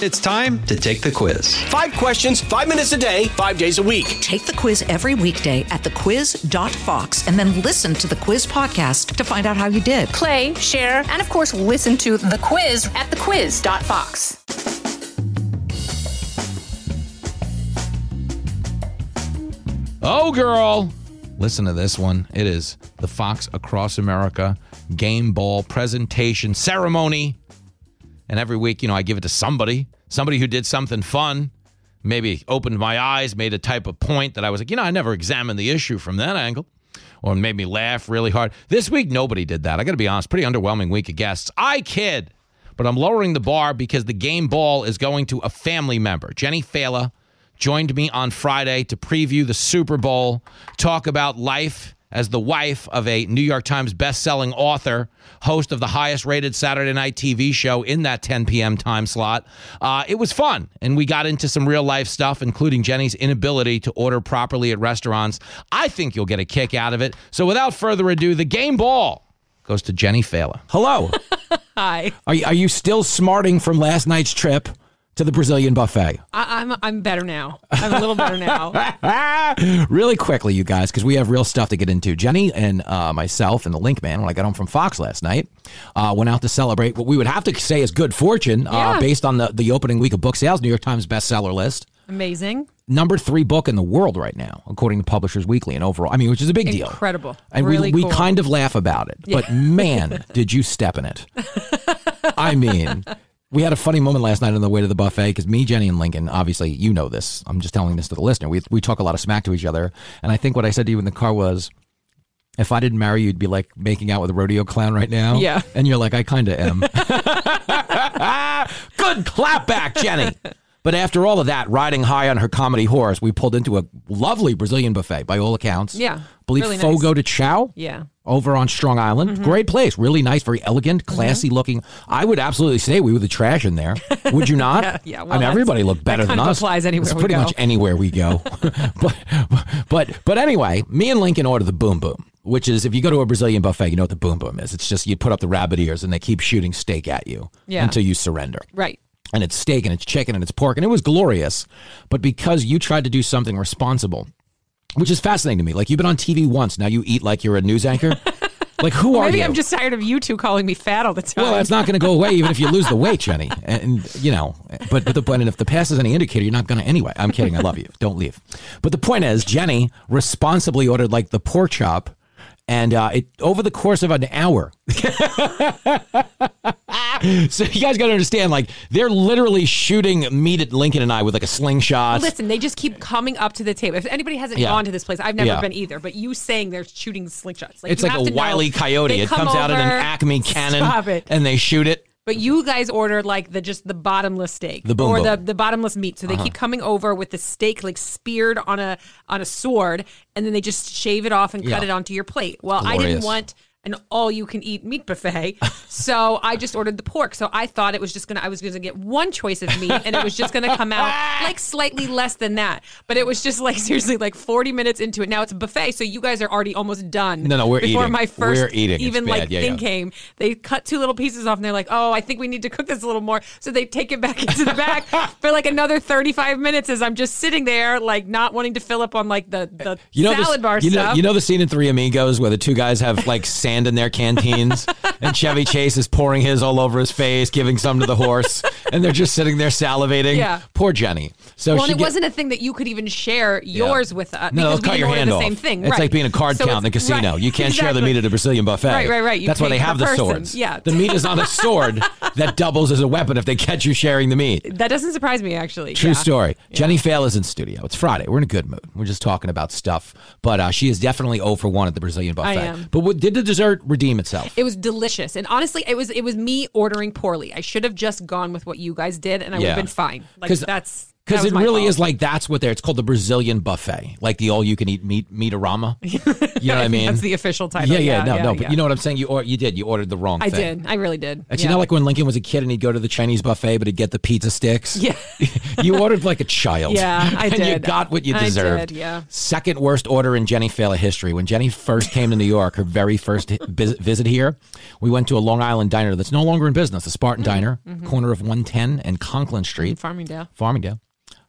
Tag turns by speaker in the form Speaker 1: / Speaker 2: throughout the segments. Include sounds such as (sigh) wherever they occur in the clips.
Speaker 1: It's time to take the quiz.
Speaker 2: Five questions, five minutes a day, five days a week.
Speaker 3: Take the quiz every weekday at thequiz.fox and then listen to the quiz podcast to find out how you did.
Speaker 4: play, share, and of course, listen to the quiz at thequiz.fox.
Speaker 5: Oh, girl. Listen to this one. It is the Fox Across America game ball presentation ceremony. And every week, you know, I give it to somebody, somebody who did something fun, maybe opened my eyes, made a type of point that I was like, you know, I never examined the issue from that angle, or made me laugh really hard. This week, nobody did that. I got to be honest, pretty underwhelming week of guests. I kid, but I'm lowering the bar because the game ball is going to a family member, Jenny Fela. Joined me on Friday to preview the Super Bowl, talk about life as the wife of a New York Times best-selling author, host of the highest-rated Saturday night TV show in that 10 p.m. time slot. Uh, it was fun, and we got into some real-life stuff, including Jenny's inability to order properly at restaurants. I think you'll get a kick out of it. So, without further ado, the game ball goes to Jenny Fela.
Speaker 6: Hello.
Speaker 7: Hi.
Speaker 6: Are you, are you still smarting from last night's trip to the Brazilian buffet?
Speaker 7: I, I'm I'm better now. I'm a little
Speaker 6: (laughs)
Speaker 7: better now.
Speaker 6: really quickly, you guys, because we have real stuff to get into. Jenny and uh, myself and the Link Man, when I got home from Fox last night, uh, went out to celebrate what we would have to say is good fortune uh,
Speaker 7: Yeah.
Speaker 6: based on the, the opening week of book sales, New York Times bestseller list.
Speaker 7: Amazing.
Speaker 6: Number three book in the world right now, according to Publishers Weekly and overall. I mean, which is a big deal.
Speaker 7: Incredible.
Speaker 6: And
Speaker 7: Really
Speaker 6: we, we
Speaker 7: cool.
Speaker 6: kind of laugh about it, but
Speaker 7: (laughs)
Speaker 6: man, did you step in it. I mean, we had a funny moment last night on the way to the buffet because me, Jenny, and Lincoln, obviously, you know this. I'm just telling this to the listener. We, we talk a lot of smack to each other. And I think what I said to you in the car was, if I didn't marry you, you'd be like making out with a rodeo clown right now.
Speaker 7: Yeah.
Speaker 6: And you're like, I kind of am. Good clap back,
Speaker 7: (laughs)
Speaker 6: Jenny. But after all of that, riding high on her comedy horse, we pulled into a lovely Brazilian buffet, by all accounts.
Speaker 7: Yeah,
Speaker 6: I believe
Speaker 7: really nice.
Speaker 6: Fogo de Chao
Speaker 7: Yeah. Mm-hmm.
Speaker 6: over on Strong Island. Great place. Really nice, very elegant, classy looking. I would absolutely say we were the trash in there. Would you not? yeah,
Speaker 7: (laughs) yeah, well,
Speaker 6: I mean,
Speaker 7: that's-
Speaker 6: everybody looked better
Speaker 7: that kind
Speaker 6: than
Speaker 7: of
Speaker 6: us.
Speaker 7: applies anywhere
Speaker 6: It's
Speaker 7: we
Speaker 6: pretty
Speaker 7: go.
Speaker 6: much anywhere we
Speaker 7: (laughs)
Speaker 6: go. (laughs) but, but, but anyway, me and Lincoln ordered the boom boom. Which is if you go to a Brazilian buffet, you know what the boom boom is. It's just you put up the rabbit ears and they keep shooting steak at you
Speaker 7: Yeah.
Speaker 6: until you surrender
Speaker 7: Right.
Speaker 6: and it's steak and it's chicken and it's pork and it was glorious but because you tried to do something responsible which is fascinating to me like you've been on tv once now you eat like you're a news anchor
Speaker 7: (laughs)
Speaker 6: like who are
Speaker 7: Maybe
Speaker 6: you
Speaker 7: I'm just tired of you two calling me fat all the time.
Speaker 6: well that's not going to go away even if you lose the weight jenny and, and, you know but, but the point and if the past is any indicator you're not going to anyway i'm kidding i love you don't leave but the point is jenny responsibly ordered like the pork chop and uh, it over the course of an hour (laughs) so you guys got to understand, like they're literally shooting meat at Lincoln and I with like a slingshot.
Speaker 7: Listen, they just keep coming up to the table. If anybody hasn't
Speaker 6: Yeah.
Speaker 7: gone to this place, I've never
Speaker 6: Yeah.
Speaker 7: been either. But you saying they're shooting slingshots,
Speaker 6: it's
Speaker 7: you
Speaker 6: like
Speaker 7: have
Speaker 6: a
Speaker 7: to know
Speaker 6: wily coyote.
Speaker 7: they
Speaker 6: It
Speaker 7: come
Speaker 6: comes out in an
Speaker 7: over-
Speaker 6: Acme cannon,
Speaker 7: Stop it.
Speaker 6: and they shoot it.
Speaker 7: But you guys order like the just the bottomless steak,
Speaker 6: Mm-hmm. The Uh-huh. boom
Speaker 7: or the
Speaker 6: boom.
Speaker 7: the bottomless meat. So they keep coming over with the steak like speared on a on a sword, and then they just shave it off and cut
Speaker 6: Yeah.
Speaker 7: it onto your plate. Well, I
Speaker 6: Glorious.
Speaker 7: didn't want an all you can eat meat buffet,
Speaker 6: (laughs)
Speaker 7: so I just ordered the pork. So I thought it was just gonna I was gonna get one choice of meat, and it was just gonna
Speaker 6: (laughs)
Speaker 7: come out like slightly less than that. But it was just like (laughs) seriously like forty minutes into it. Now it's a buffet, so you guys are already almost done.
Speaker 6: No, no, we're
Speaker 7: before
Speaker 6: eating.
Speaker 7: my first
Speaker 6: We're eating. It's
Speaker 7: even
Speaker 6: bad.
Speaker 7: like
Speaker 6: Yeah,
Speaker 7: thing
Speaker 6: yeah.
Speaker 7: came. They cut two little pieces off and they're like, oh, I think we need to cook this a little more. So they take it back (laughs) into
Speaker 6: (laughs)
Speaker 7: the back for like another 35 minutes as I'm just sitting there, like not wanting to fill up on like the, the
Speaker 6: You know
Speaker 7: salad
Speaker 6: this,
Speaker 7: bar
Speaker 6: you know,
Speaker 7: stuff.
Speaker 6: You know the scene in Three Amigos where the two guys have like
Speaker 7: (laughs)
Speaker 6: sand in their canteens, and Chevy Chase is pouring his all over his face, giving some to the horse, and they're just sitting there salivating.
Speaker 7: Yeah.
Speaker 6: Poor Jenny. So
Speaker 7: well, and
Speaker 6: she
Speaker 7: it
Speaker 6: get-
Speaker 7: wasn't a thing that you could even share yours with us.
Speaker 6: No,
Speaker 7: because
Speaker 6: they'll
Speaker 7: we
Speaker 6: cut
Speaker 7: didn't
Speaker 6: your
Speaker 7: order
Speaker 6: hand
Speaker 7: the
Speaker 6: off.
Speaker 7: Same thing.
Speaker 6: It's
Speaker 7: right.
Speaker 6: like being a card
Speaker 7: So
Speaker 6: count in the
Speaker 7: it's-
Speaker 6: casino.
Speaker 7: right,
Speaker 6: You can't share the
Speaker 7: exactly.
Speaker 6: meat at a Brazilian buffet.
Speaker 7: Right, right, right. You
Speaker 6: That's why
Speaker 7: pay
Speaker 6: they
Speaker 7: per
Speaker 6: have the
Speaker 7: person.
Speaker 6: swords.
Speaker 7: Yeah.
Speaker 6: The meat is on a
Speaker 7: (laughs)
Speaker 6: sword that doubles as a weapon if they catch you sharing the meat.
Speaker 7: That doesn't surprise me, actually.
Speaker 6: True
Speaker 7: yeah.
Speaker 6: story. Jenny Fail is in studio. It's Friday. We're in a good mood. We're just talking about stuff. But uh, she is definitely 0 for 1 at the Brazilian buffet.
Speaker 7: am.
Speaker 6: But what, did the dessert redeem itself?
Speaker 7: It was delicious, and honestly, it was it was me ordering poorly. I should have just gone with what you guys did, and I would
Speaker 6: Yeah.
Speaker 7: have been fine. Like
Speaker 6: 'Cause-
Speaker 7: that's That
Speaker 6: Because
Speaker 7: was
Speaker 6: it
Speaker 7: my
Speaker 6: really
Speaker 7: fault.
Speaker 6: is like that's what they're. It's called the Brazilian buffet, like the all-you-can-eat meat meatorama.
Speaker 7: (laughs)
Speaker 6: You know what I mean?
Speaker 7: That's the official title.
Speaker 6: Yeah, yeah,
Speaker 7: Yeah,
Speaker 6: no,
Speaker 7: yeah,
Speaker 6: no. But
Speaker 7: yeah.
Speaker 6: you know what I'm saying? You or you did. You ordered the wrong.
Speaker 7: I
Speaker 6: thing.
Speaker 7: did. I really did.
Speaker 6: It's
Speaker 7: yeah.
Speaker 6: you know like when Lincoln was a kid and he'd go to the Chinese buffet, but he'd get the pizza sticks.
Speaker 7: Yeah. (laughs)
Speaker 6: (laughs) you ordered like a child.
Speaker 7: Yeah, I
Speaker 6: (laughs) and you
Speaker 7: did.
Speaker 6: got what you
Speaker 7: I did,
Speaker 6: deserved.
Speaker 7: yeah.
Speaker 6: Second worst order in Jenny Fela history. When Jenny first came to New York, her very first hi- vis- visit here, we went to a Long Island diner that's no longer in business, the Spartan
Speaker 7: Mm-hmm.
Speaker 6: Diner, corner of 110 and Conklin Street,
Speaker 7: Farmingdale.
Speaker 6: Farmingdale.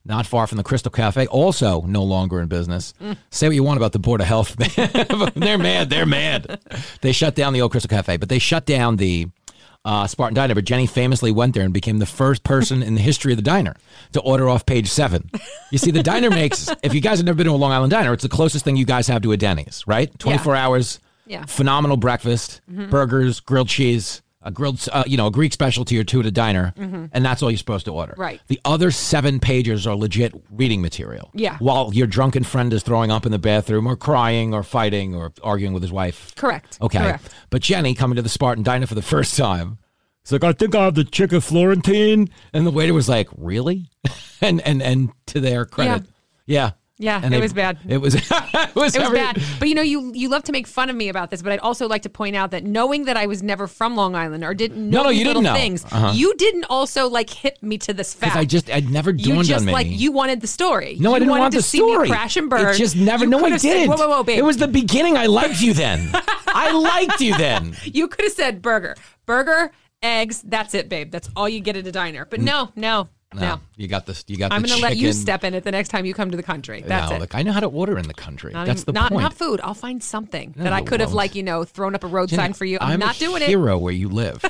Speaker 6: Not far from the Crystal Cafe, also no longer in business. Say what you want about the Board of Health. (laughs) they're mad. They're mad. They shut down the old Crystal Cafe, but they shut down the uh, Spartan Diner. But Jenny famously went there and became the first person in the history of the diner to order off page seven. You see, the diner makes, if you guys have never been to a Long Island diner, it's the closest thing you guys have to a Denny's, right? 24 hours,
Speaker 7: Yeah.
Speaker 6: phenomenal breakfast, burgers, grilled cheese. A grilled, uh, you know, a Greek specialty or two at a diner, and that's all you're supposed to order.
Speaker 7: Right.
Speaker 6: The other seven pages are legit reading material.
Speaker 7: Yeah.
Speaker 6: While your drunken friend is throwing up in the bathroom, or crying, or fighting, or arguing with his wife.
Speaker 7: Correct.
Speaker 6: Okay.
Speaker 7: Correct.
Speaker 6: But Jenny coming to the Spartan Diner for the first time. It's like, I think I have the chicken Florentine. And the waiter was like, Really? (laughs) and and and to their credit. Yeah.
Speaker 7: Yeah,
Speaker 6: And
Speaker 7: it
Speaker 6: they-
Speaker 7: was bad.
Speaker 6: It was (laughs) it was,
Speaker 7: It was
Speaker 6: every-
Speaker 7: bad. But you know, you you love to make fun of me about this, but I'd also like to point out that knowing that I was never from Long Island or didn't know
Speaker 6: No, no,
Speaker 7: these
Speaker 6: you
Speaker 7: little
Speaker 6: didn't know.
Speaker 7: things,
Speaker 6: Uh-huh.
Speaker 7: you didn't also like hit me to this fact.
Speaker 6: I just- I'd never
Speaker 7: You
Speaker 6: dawned
Speaker 7: just
Speaker 6: on me.
Speaker 7: like you wanted the story.
Speaker 6: No,
Speaker 7: you
Speaker 6: I didn't
Speaker 7: wanted
Speaker 6: want
Speaker 7: to
Speaker 6: the
Speaker 7: see
Speaker 6: story.
Speaker 7: Me crash and burn.
Speaker 6: It just never.
Speaker 7: You
Speaker 6: no, I
Speaker 7: could've said-
Speaker 6: didn't.
Speaker 7: whoa, whoa, whoa, babe.
Speaker 6: It was the beginning. I liked you
Speaker 7: (laughs)
Speaker 6: then. I liked you then.
Speaker 7: You could have said burger, burger, eggs. That's it, babe. That's all you get at a diner. But no, no, no.
Speaker 6: you got this. You got.
Speaker 7: I'm
Speaker 6: the
Speaker 7: going to let you
Speaker 6: chicken.
Speaker 7: step in it the next time you come to the country. That's
Speaker 6: no,
Speaker 7: it.
Speaker 6: Look, I know how to order in the country.
Speaker 7: Not
Speaker 6: That's
Speaker 7: even-
Speaker 6: the
Speaker 7: not,
Speaker 6: point.
Speaker 7: Not food. I'll find something that
Speaker 6: No,
Speaker 7: I
Speaker 6: you
Speaker 7: could have,
Speaker 6: won't.
Speaker 7: like you know, thrown up a road
Speaker 6: Jenny,
Speaker 7: sign for you. I'm,
Speaker 6: I'm
Speaker 7: not
Speaker 6: a
Speaker 7: doing it.
Speaker 6: hero where you live.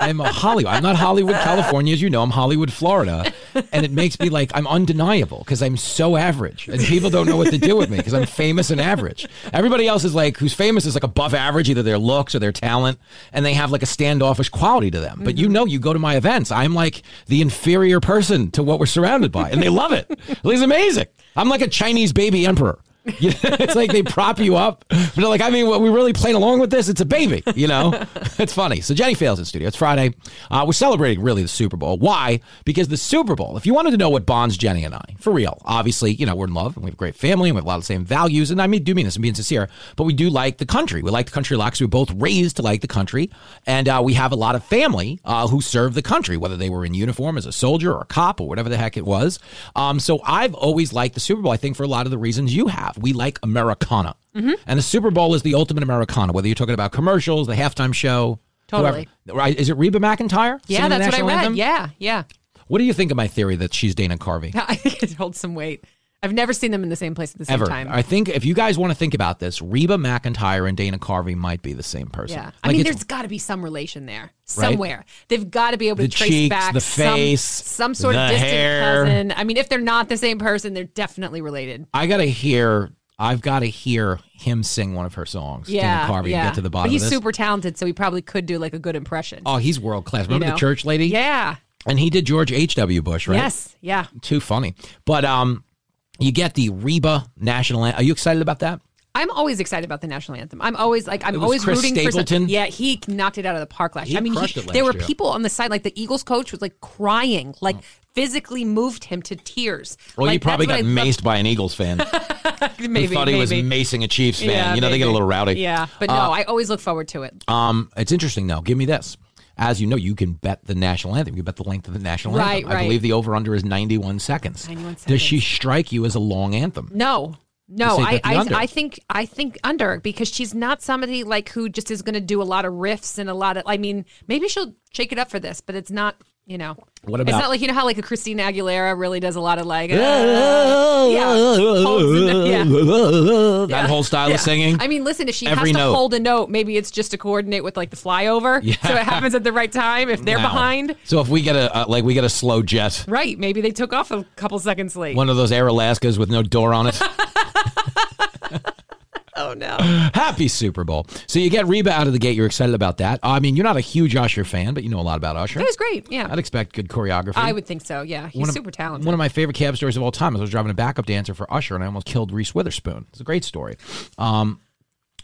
Speaker 6: I'm a Hollywood. I'm not
Speaker 7: (laughs)
Speaker 6: Hollywood, California, as you know. I'm Hollywood, Florida, and it makes me like I'm undeniable because I'm so average, and people don't know what to do with me because I'm famous and average. Everybody else is like, who's famous is like above average, either their looks or their talent, and they have like a standoffish quality to them. But
Speaker 7: Mm-hmm.
Speaker 6: you know, you go to my events, I'm like the inferior person to what we're surrounded by, and they love it. It's amazing. I'm like a Chinese baby emperor. (laughs) You know, it's like they prop you up. But they're like, I mean, what we really playing along with this? It's a baby, you know? (laughs) it's funny. So Jenny fails in studio. It's Friday. Uh, we're celebrating really the Super Bowl. Why? Because the Super Bowl, if you wanted to know what bonds Jenny and I, for real, obviously, you know, we're in love and we have a great family and we have a lot of the same values. And I mean, do mean this and being sincere, but we do like the country. We like the country a lot 'cause we were both raised to like the country. And uh, we have a lot of family uh, who serve the country, whether they were in uniform as a soldier or a cop or whatever the heck it was. Um, so I've always liked the Super Bowl, I think, for a lot of the reasons you have. We like Americana.
Speaker 7: Mm-hmm.
Speaker 6: And the Super Bowl is the ultimate Americana, whether you're talking about commercials, the halftime show.
Speaker 7: Totally.
Speaker 6: whoever. Right? Is it Reba McIntyre?
Speaker 7: Yeah,
Speaker 6: singing the
Speaker 7: that's what I
Speaker 6: national
Speaker 7: read.
Speaker 6: anthem?
Speaker 7: Yeah, yeah. (laughs)
Speaker 6: What do you think of my theory that she's Dana Carvey?
Speaker 7: I think it holds some weight. I've never seen them in the same place at the same
Speaker 6: Ever.
Speaker 7: time.
Speaker 6: I think if you guys want to think about this, Reba McIntyre and Dana Carvey might be the same person.
Speaker 7: yeah, I
Speaker 6: Like,
Speaker 7: mean,
Speaker 6: it's-
Speaker 7: there's got to be some relation there somewhere. They've got to be able
Speaker 6: The
Speaker 7: to trace
Speaker 6: cheeks,
Speaker 7: back
Speaker 6: the
Speaker 7: some-
Speaker 6: face,
Speaker 7: some, sort of
Speaker 6: the
Speaker 7: distant
Speaker 6: hair.
Speaker 7: cousin. I mean, if they're not the same person, they're definitely related.
Speaker 6: I gotta hear. I've got to hear him sing one of her songs.
Speaker 7: Yeah,
Speaker 6: Dana Carvey.
Speaker 7: yeah.
Speaker 6: Get to the bottom.
Speaker 7: But he's
Speaker 6: of this.
Speaker 7: super talented, so he probably could do like a good impression.
Speaker 6: Oh, he's world class. Remember
Speaker 7: know?
Speaker 6: the church lady?
Speaker 7: yeah.
Speaker 6: And he did George H. W. Bush, right?
Speaker 7: Yes. Yeah.
Speaker 6: Too funny. But um, you get the Reba national. An- Are you excited about that?
Speaker 7: I'm always excited about the national anthem. I'm always like I'm
Speaker 6: was
Speaker 7: always
Speaker 6: Chris
Speaker 7: rooting for
Speaker 6: Stapleton.
Speaker 7: some, Yeah, he knocked it out of the park last
Speaker 6: He
Speaker 7: year. I mean,
Speaker 6: crushed it last
Speaker 7: there were
Speaker 6: year. Oh.
Speaker 7: people on the side like the Eagles coach was like crying, like physically moved him to tears.
Speaker 6: Well,
Speaker 7: like,
Speaker 6: you probably
Speaker 7: that's
Speaker 6: got
Speaker 7: what I
Speaker 6: maced by an Eagles
Speaker 7: (laughs)
Speaker 6: fan.
Speaker 7: loved- Maybe,
Speaker 6: who thought he was
Speaker 7: maybe.
Speaker 6: macing a Chiefs fan.
Speaker 7: Yeah,
Speaker 6: you know, they get a
Speaker 7: maybe.
Speaker 6: little rowdy. Uh,
Speaker 7: Yeah, but no, I always look forward to it.
Speaker 6: Um, it's interesting though. Give me this. As you know, you can bet the national anthem. You can bet the length of the national
Speaker 7: Right,
Speaker 6: anthem. I
Speaker 7: right.
Speaker 6: believe the over under is 91 seconds.
Speaker 7: 91
Speaker 6: Does
Speaker 7: seconds.
Speaker 6: she strike you as a long anthem?
Speaker 7: No. No,
Speaker 6: You say
Speaker 7: I,
Speaker 6: that the
Speaker 7: I
Speaker 6: under.
Speaker 7: I think I think under because she's not somebody like who just is going to do a lot of riffs and a lot of I mean maybe she'll shake it up for this but it's not you know
Speaker 6: What
Speaker 7: it's
Speaker 6: about-
Speaker 7: not like you know how like a Christina Aguilera really does a lot of like uh, (laughs) yeah.
Speaker 6: That
Speaker 7: Yeah.
Speaker 6: whole style
Speaker 7: Yeah.
Speaker 6: of singing.
Speaker 7: I mean, listen, if she
Speaker 6: Every
Speaker 7: has to
Speaker 6: note.
Speaker 7: hold a note, maybe it's just to coordinate with like the flyover, so it happens at the right time. If they're
Speaker 6: Wow.
Speaker 7: behind,
Speaker 6: So if we get a uh, like we get a slow jet,
Speaker 7: right? Maybe they took off a couple seconds late.
Speaker 6: one of those Air Alaskas with no door on
Speaker 7: (laughs)
Speaker 6: it.
Speaker 7: Oh no!
Speaker 6: Happy Super Bowl. So you get Reba out of the gate. You're excited about that. I mean, you're not a huge Usher fan, but you know a lot about Usher.
Speaker 7: It was great. Yeah,
Speaker 6: I'd expect good choreography.
Speaker 7: I would think so. Yeah, he's
Speaker 6: One of-
Speaker 7: super talented.
Speaker 6: One of my favorite cab stories of all time is I was driving a backup dancer for Usher and I almost killed Reese Witherspoon. It's a great story. Um,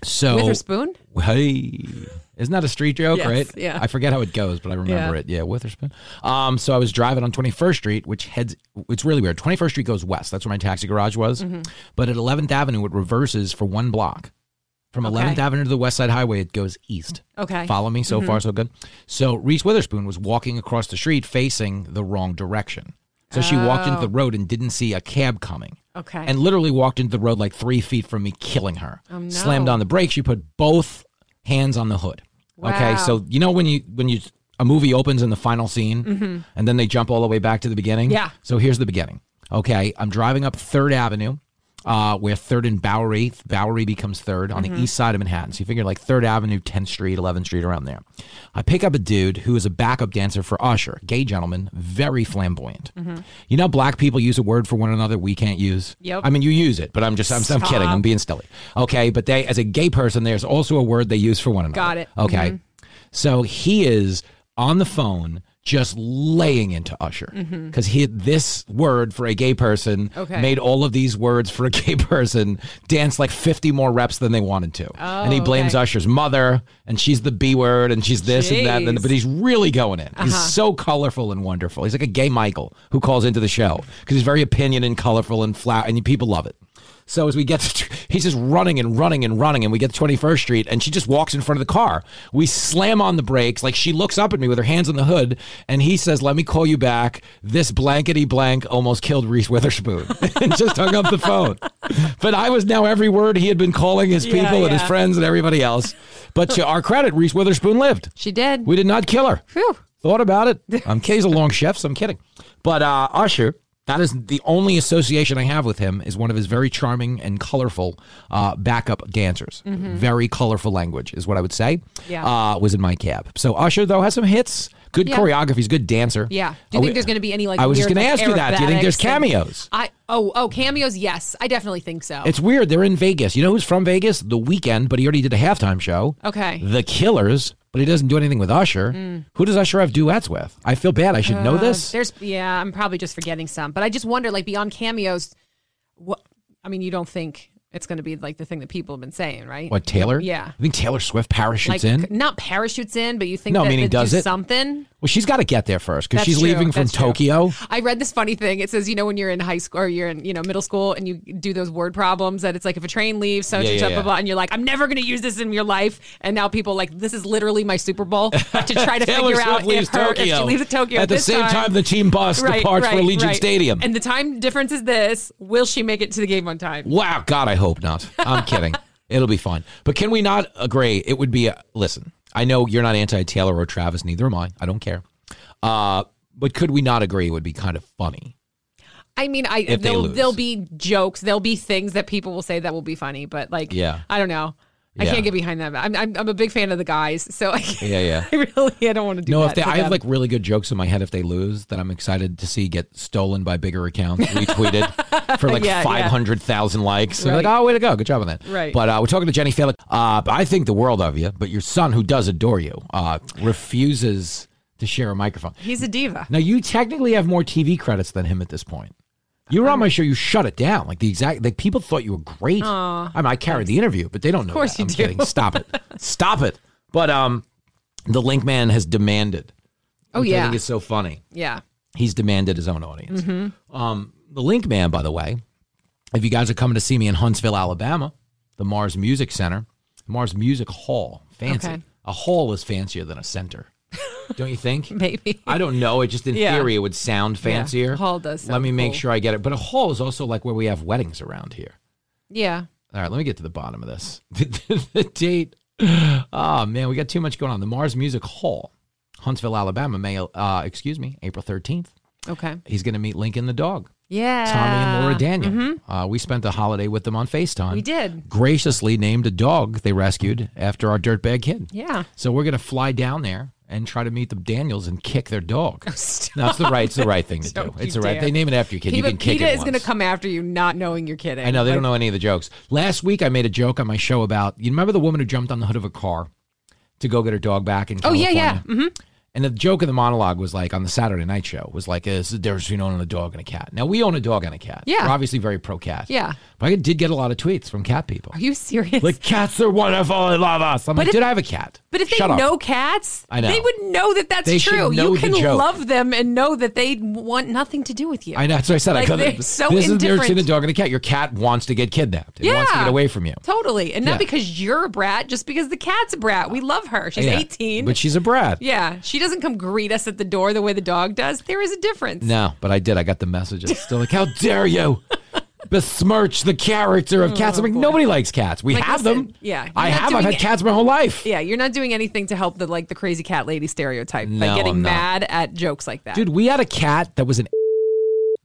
Speaker 6: So
Speaker 7: Witherspoon?
Speaker 6: Hey, isn't that a street joke,
Speaker 7: Yes,
Speaker 6: right?
Speaker 7: yeah.
Speaker 6: I forget how it goes, but I remember
Speaker 7: Yeah.
Speaker 6: it. Yeah, Witherspoon. Um, so I was driving on 21st Street, which heads. It's really weird. 21st Street goes west. That's where my taxi garage was.
Speaker 7: Mm-hmm.
Speaker 6: But at 11th Avenue, it reverses for one block. From 11th Avenue to the West Side Highway, it goes east.
Speaker 7: Okay. Mm-hmm.
Speaker 6: Follow me. So far, so good. So Reese Witherspoon was walking across the street facing the wrong direction. So she walked into the road and didn't see a cab coming
Speaker 7: Oh. Okay.
Speaker 6: and literally walked into the road like three feet from me, killing her.
Speaker 7: Oh,
Speaker 6: Slammed on the brakes. You put both hands on the hood. Okay,
Speaker 7: Wow.
Speaker 6: so you know when you when you a movie opens in the final scene, and then they jump all the way back to the beginning.
Speaker 7: Mm-hmm. Yeah.
Speaker 6: So here's the beginning. Okay, I'm driving up Third Avenue. Uh, where third and Bowery, Bowery becomes third on
Speaker 7: Mm-hmm.
Speaker 6: the east side of Manhattan. So you figure like Third Avenue, 10th Street, 11th Street, around there. I pick up a dude who is a backup dancer for Usher, gay gentleman, very flamboyant.
Speaker 7: Mm-hmm.
Speaker 6: You know, black people use a word for one another we can't use.
Speaker 7: Yep.
Speaker 6: I mean, you use it, but I'm just, I'm, I'm kidding. I'm being silly. Okay. But they, as a gay person, there's also a word they use for one another.
Speaker 7: Got it.
Speaker 6: Okay.
Speaker 7: Mm-hmm.
Speaker 6: So he is on the phone just laying into Usher because he this word for a gay person
Speaker 7: Mm-hmm. Okay.
Speaker 6: made all of these words for a (laughs) gay person dance like 50 more reps than they wanted to. and he blames
Speaker 7: Oh, okay.
Speaker 6: Usher's mother and she's the B word and she's this and that. And,
Speaker 7: Jeez. Uh-huh.
Speaker 6: but he's really going in. He's so colorful and wonderful. He's like a gay Michael who calls into the show because he's very opinion and colorful and flat and people love it. So as we get to, he's just running and running and running, and we get to 21st Street, and she just walks in front of the car. We slam on the brakes. Like she looks up at me with her hands on the hood, and he says, Let me call you back. This blankety blank almost killed Reese Witherspoon (laughs) and just hung up the phone. But I was now every word he had been calling his people
Speaker 7: Yeah,
Speaker 6: and his
Speaker 7: yeah.
Speaker 6: friends and everybody else. But to our credit, Reese Witherspoon lived.
Speaker 7: She did.
Speaker 6: We did not kill her.
Speaker 7: Phew.
Speaker 6: Thought about it. I'm K's a long chef, so I'm kidding. But uh, Usher, that is the only association I have with him is one of his very charming and colorful uh, backup dancers. Very colorful language is what I would say.
Speaker 7: Mm-hmm. Yeah.
Speaker 6: Uh, was in my cab. So Usher though has some hits. Good
Speaker 7: Yeah.
Speaker 6: choreography. He's a good dancer.
Speaker 7: Yeah. Do you
Speaker 6: Are
Speaker 7: think
Speaker 6: we-
Speaker 7: there's going to be any like?
Speaker 6: I was
Speaker 7: weird,
Speaker 6: just going
Speaker 7: like,
Speaker 6: to ask you that. Do you think there's
Speaker 7: aerobatics and-
Speaker 6: cameos?
Speaker 7: I oh oh cameos. Yes, I definitely think so.
Speaker 6: It's weird. They're in Vegas. You know who's from Vegas? The Weekend, but he already did a halftime show.
Speaker 7: Okay. Mm.
Speaker 6: The Killers, but he doesn't do anything with Usher. Who does Usher have duets with? I feel bad. I should
Speaker 7: Uh,
Speaker 6: know this.
Speaker 7: There's yeah, I'm probably just forgetting some, but I just wonder like beyond cameos, what I mean, you don't think it's going to be like the thing that people have been saying, right?
Speaker 6: What Taylor?
Speaker 7: Yeah.
Speaker 6: I think Taylor Swift parachutes
Speaker 7: like
Speaker 6: in.
Speaker 7: c- not parachutes in, but you think
Speaker 6: No,
Speaker 7: that
Speaker 6: meaning
Speaker 7: they'd do
Speaker 6: does it?
Speaker 7: something.
Speaker 6: Well, she's got to get there first because
Speaker 7: That's
Speaker 6: she's
Speaker 7: true.
Speaker 6: leaving from
Speaker 7: That's true.
Speaker 6: Tokyo.
Speaker 7: I read this funny thing. It says, you know, when you're in high school or you're in, you know, middle school and you do those word problems that it's like if a train leaves, so
Speaker 6: Yeah, yeah,
Speaker 7: blah,
Speaker 6: yeah.
Speaker 7: blah, blah, and you're like, I'm never going to use this in your life. And now people are like, this is literally my Super Bowl to try to
Speaker 6: (laughs) Taylor
Speaker 7: figure
Speaker 6: Swift
Speaker 7: out
Speaker 6: leaves
Speaker 7: if, her,
Speaker 6: Tokyo
Speaker 7: if she leaves at Tokyo
Speaker 6: at the
Speaker 7: this
Speaker 6: same time the team bus departs for Allegiant Stadium.
Speaker 7: And the time difference is this. Will she make it to the game on time?
Speaker 6: Wow, God, I hope not.
Speaker 7: (laughs)
Speaker 6: I'm kidding. It'll be fine. But can we not agree? It would be a, listen. I know you're not anti Taylor or Travis, neither am I. I don't care. Uh, but could we not agree? It would be kind of funny.
Speaker 7: I mean, I
Speaker 6: If they
Speaker 7: there'll,
Speaker 6: lose.
Speaker 7: there'll be jokes, there'll be things that people will say that will be funny, but like,
Speaker 6: Yeah.
Speaker 7: I don't know. I
Speaker 6: Yeah.
Speaker 7: can't get behind that. I'm, I'm I'm a big fan of the guys, so I can't-
Speaker 6: Yeah, yeah.
Speaker 7: (laughs) I really I don't want to do
Speaker 6: No,
Speaker 7: that.
Speaker 6: if they,
Speaker 7: to
Speaker 6: I have
Speaker 7: them.
Speaker 6: like really good jokes in my head if they lose that I'm excited to see get stolen by bigger accounts,
Speaker 7: (laughs)
Speaker 6: retweeted for like
Speaker 7: Yeah, yeah.
Speaker 6: 500,000 likes. And they're
Speaker 7: Right.
Speaker 6: like, oh, way to go. Good job on that.
Speaker 7: Right.
Speaker 6: But uh, we're talking to Jenny Felix. Uh, but I think the world of you, but your son, who does adore you, uh, refuses to share a microphone.
Speaker 7: he's a diva.
Speaker 6: Now, you technically have more TV credits than him at this point. You were on
Speaker 7: Um,
Speaker 6: my show. You shut it down. Like the exact, like people thought you were great. I mean, I carried the interview, but they don't know. Of
Speaker 7: course
Speaker 6: that.
Speaker 7: you
Speaker 6: I'm
Speaker 7: do.
Speaker 6: Kidding. Stop
Speaker 7: (laughs)
Speaker 6: it. Stop it. But um, the Link Man has demanded.
Speaker 7: Oh
Speaker 6: which I
Speaker 7: yeah,
Speaker 6: think is so funny.
Speaker 7: yeah.
Speaker 6: He's demanded his own audience.
Speaker 7: Mm-hmm.
Speaker 6: Um, the Link Man, by the way, if you guys are coming to see me in Huntsville, Alabama, the Mars Music Center, Mars Music Hall, fancy.
Speaker 7: Okay.
Speaker 6: A hall is fancier than a
Speaker 7: (laughs)
Speaker 6: center, don't you think?
Speaker 7: Maybe.
Speaker 6: I don't know. It just in
Speaker 7: Yeah.
Speaker 6: theory it would sound fancier.
Speaker 7: Hall does
Speaker 6: Let me
Speaker 7: sound
Speaker 6: make
Speaker 7: cool.
Speaker 6: sure I get it. But a hall is also like where we have weddings around here.
Speaker 7: Yeah.
Speaker 6: All right, let me get to the bottom of this. (laughs) the, date. Oh man, we got too much going on. The Mars Music Hall, Huntsville, Alabama, May. Uh, excuse me, April thirteenth.
Speaker 7: Okay.
Speaker 6: He's going to meet Lincoln the dog,
Speaker 7: Yeah.
Speaker 6: Tommy and Laura Daniel. Uh, we spent the holiday with them on Facetime.
Speaker 7: mm-hmm. We did.
Speaker 6: graciously named a dog they rescued after our dirtbag kid.
Speaker 7: Yeah.
Speaker 6: So we're gonna fly down there and try to meet the Daniels and kick their
Speaker 7: (laughs)
Speaker 6: dog. No, it's the right. It's the right thing to do.
Speaker 7: Don't
Speaker 6: It's the
Speaker 7: you
Speaker 6: right.
Speaker 7: dare.
Speaker 6: They name it after your kid. you
Speaker 7: Peta,
Speaker 6: can kick
Speaker 7: Peta
Speaker 6: it
Speaker 7: is going to
Speaker 6: once.
Speaker 7: come after you, not knowing you're kidding.
Speaker 6: I know they don't know any of the jokes. Last week, I made a joke on my show about you remember the woman who jumped on the hood of a car to go get her dog back in
Speaker 7: Oh
Speaker 6: California.
Speaker 7: yeah, yeah. hmm
Speaker 6: And the joke of the monologue was like on the Saturday night show was like, "This is the difference between owning a dog and a cat." Now we own a dog and a cat.
Speaker 7: Yeah.
Speaker 6: we're obviously very pro cat.
Speaker 7: Yeah.
Speaker 6: but I did get a lot of tweets from cat people.
Speaker 7: Are you serious?
Speaker 6: like cats are wonderful? I love us. I'm like,
Speaker 7: if-
Speaker 6: did I have a cat?
Speaker 7: but if they
Speaker 6: Shut up.
Speaker 7: know cats,
Speaker 6: I know.
Speaker 7: they would know that that's
Speaker 6: They should
Speaker 7: true.
Speaker 6: know
Speaker 7: You
Speaker 6: the
Speaker 7: can
Speaker 6: joke.
Speaker 7: love them and know that they want nothing to do with you.
Speaker 6: I know. That's what I said.
Speaker 7: Like,
Speaker 6: I couldn't.
Speaker 7: they're so
Speaker 6: this is the difference between a
Speaker 7: indifferent.
Speaker 6: dog and a cat. Your cat wants to get kidnapped. It wants to get away from you.
Speaker 7: Totally. And not
Speaker 6: Yeah.
Speaker 7: because you're a brat, just because the cat's a brat. We love her. She's
Speaker 6: Yeah.
Speaker 7: 18.
Speaker 6: but she's a brat.
Speaker 7: yeah. She doesn't come greet us at the door the way the dog does. There is a difference.
Speaker 6: No, but I did. I got the message. It's still like, how dare you besmirch the character of cats? I'm like, nobody likes cats. We
Speaker 7: Oh, Like,
Speaker 6: have
Speaker 7: listen,
Speaker 6: them.
Speaker 7: yeah, you're
Speaker 6: I
Speaker 7: not
Speaker 6: have. I've
Speaker 7: doing
Speaker 6: had
Speaker 7: it-
Speaker 6: cats my whole life.
Speaker 7: Yeah, you're not doing anything to help the like the crazy cat lady stereotype
Speaker 6: No,
Speaker 7: by
Speaker 6: I'm
Speaker 7: getting
Speaker 6: not.
Speaker 7: mad at jokes like that.
Speaker 6: Dude, we had a cat that was an. (laughs)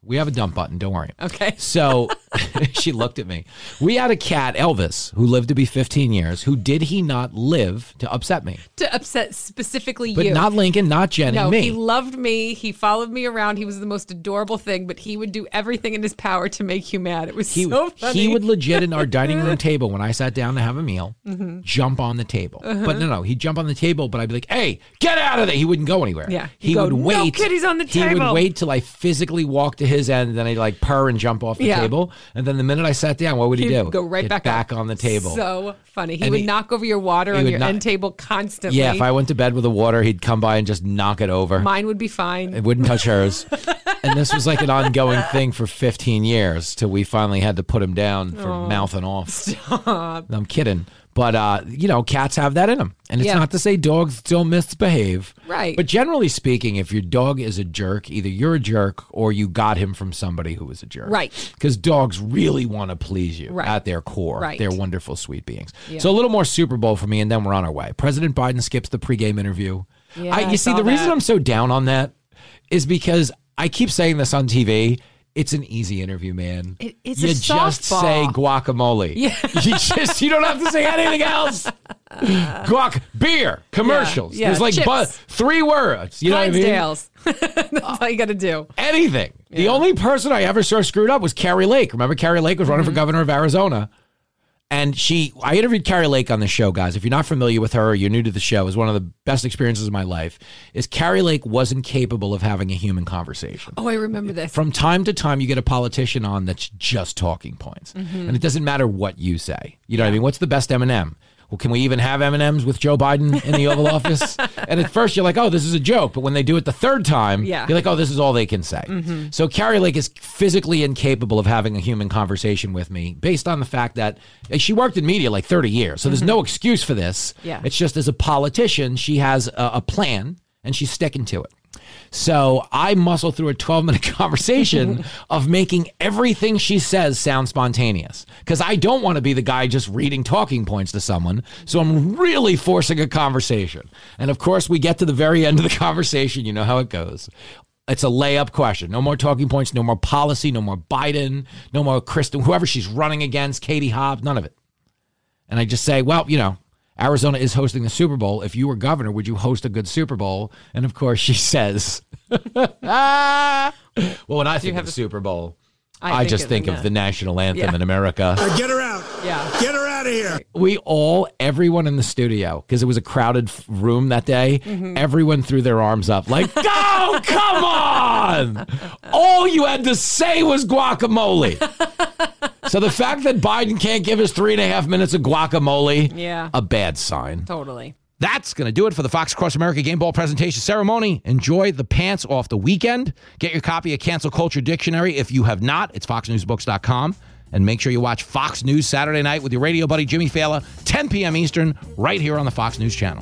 Speaker 6: We have a dump button. Don't worry.
Speaker 7: Okay. (laughs)
Speaker 6: So (laughs) she looked at me. We had a cat, Elvis, who lived to be 15 years, who did he not live to upset me?
Speaker 7: to upset specifically
Speaker 6: But
Speaker 7: you.
Speaker 6: not Lincoln, not Jenny,
Speaker 7: no,
Speaker 6: me.
Speaker 7: he loved me. He followed me around. He was the most adorable thing, but he would do everything in his power to make you mad. It was
Speaker 6: he,
Speaker 7: so funny.
Speaker 6: he would legit
Speaker 7: (laughs)
Speaker 6: in our dining room table when I sat down to have a meal,
Speaker 7: Mm-hmm.
Speaker 6: jump on the table.
Speaker 7: Uh-huh.
Speaker 6: But no, no, he'd jump on the table, but I'd be like, "Hey, get out of there!" He wouldn't go anywhere.
Speaker 7: Yeah.
Speaker 6: he
Speaker 7: He'd go,
Speaker 6: would
Speaker 7: "No,
Speaker 6: wait.
Speaker 7: kid, he's on the
Speaker 6: he would
Speaker 7: table.
Speaker 6: wait till I physically walk to his end, and then I'd like purr and jump off the
Speaker 7: Yeah.
Speaker 6: table. And then the minute I sat down, what would he
Speaker 7: He'd
Speaker 6: do?
Speaker 7: go right
Speaker 6: Get
Speaker 7: back
Speaker 6: back
Speaker 7: up.
Speaker 6: on the table.
Speaker 7: So funny. He
Speaker 6: And
Speaker 7: would
Speaker 6: he-
Speaker 7: knock over your water on
Speaker 6: would
Speaker 7: your
Speaker 6: not-
Speaker 7: end table constantly.
Speaker 6: yeah, if I went to bed with the water, he'd come by and just knock it over.
Speaker 7: mine would be fine.
Speaker 6: it wouldn't touch hers. (laughs) and this was like an ongoing thing for 15 years till we finally had to put him down for
Speaker 7: Oh.
Speaker 6: mouthing off. No, I'm kidding. But, uh, you know, cats have that in them. And it's
Speaker 7: Yeah.
Speaker 6: not to say dogs don't misbehave.
Speaker 7: Right.
Speaker 6: But generally speaking, if your dog is a jerk, either you're a jerk or you got him from somebody who was a jerk.
Speaker 7: Right.
Speaker 6: Because dogs really want to please you
Speaker 7: Right.
Speaker 6: at their core.
Speaker 7: Right.
Speaker 6: They're wonderful, sweet beings. So a little more Super Bowl for me, and then we're on our way. President Biden skips the pregame interview.
Speaker 7: Yeah,
Speaker 6: I, you
Speaker 7: I
Speaker 6: see,
Speaker 7: saw
Speaker 6: the reason
Speaker 7: that.
Speaker 6: I'm so down on that is because I keep saying this on TV. It's an easy interview, man.
Speaker 7: It- it's a
Speaker 6: you just
Speaker 7: softball.
Speaker 6: say
Speaker 7: (laughs)
Speaker 6: guacamole. (laughs) you just you don't have to say anything else. Guac beer commercials.
Speaker 7: Yeah, yeah,
Speaker 6: There's like
Speaker 7: chips.
Speaker 6: bu- three words. You know what I mean?
Speaker 7: Clydesdales. (laughs) That's all you got to do.
Speaker 6: anything. The only person I ever saw screwed up was Carrie Lake. Remember, Carrie Lake was running for governor of Arizona. And she, I interviewed Carrie Lake on the show, guys. If you're not familiar with her or you're new to the show, is one of the best experiences of my life. Is Carrie Lake wasn't capable of having a human conversation
Speaker 7: Oh, I remember this.
Speaker 6: from time to time you get a politician on that's just talking points
Speaker 7: Mm-hmm.
Speaker 6: and it doesn't matter what you say you know what i mean what's the best m&m well can we even have m&ms with joe biden in the oval
Speaker 7: (laughs)
Speaker 6: office and at first you're like oh this is a joke but when they do it the third time
Speaker 7: Yeah. Mm-hmm.
Speaker 6: you're like oh this is all they can say so carrie lake is physically incapable of having a human conversation with me based on the fact that uh, she worked in media like 30 years so there's no excuse for this
Speaker 7: Mm-hmm. Yeah.
Speaker 6: it's just as a politician she has a, a plan and she's sticking to it so I muscle through a 12 minute (laughs) conversation of making everything she says sound spontaneous because I don't want to be the guy just reading talking points to someone. So I'm really forcing a conversation. And of course, we get to the very end of the (laughs) conversation. You know how it goes. It's a layup question. No more talking points, no more policy, no more Biden, no more Kristen, whoever she's running against, Katie Hobbs, none of it and I just say, well, you know, Arizona is hosting the Super Bowl. If you were governor, would you host a good Super Bowl? And of course, she (laughs) says, well, when I think of the Super Bowl, I,
Speaker 7: think
Speaker 6: just
Speaker 7: of
Speaker 6: think
Speaker 7: the
Speaker 6: of the national anthem in America.
Speaker 8: Get her out.
Speaker 7: Yeah.
Speaker 8: Get her out of here.
Speaker 6: We all, everyone in the studio, because it was a crowded f- room that day, everyone threw their arms up like, oh, come on. All you had to say was guacamole. so the fact that Biden can't give us three and a half minutes of guacamole,
Speaker 7: Yeah.
Speaker 6: a bad sign.
Speaker 7: Totally.
Speaker 5: That's going to do it for the Fox Across America Game Ball presentation ceremony. Enjoy the pants off the weekend. Get your copy of Cancel Culture Dictionary if you have not. It's foxnewsbooks.com. And make sure you watch Fox News Saturday night with your radio buddy Jimmy Fallon, 10 p.m. Eastern, right here on the Fox News Channel.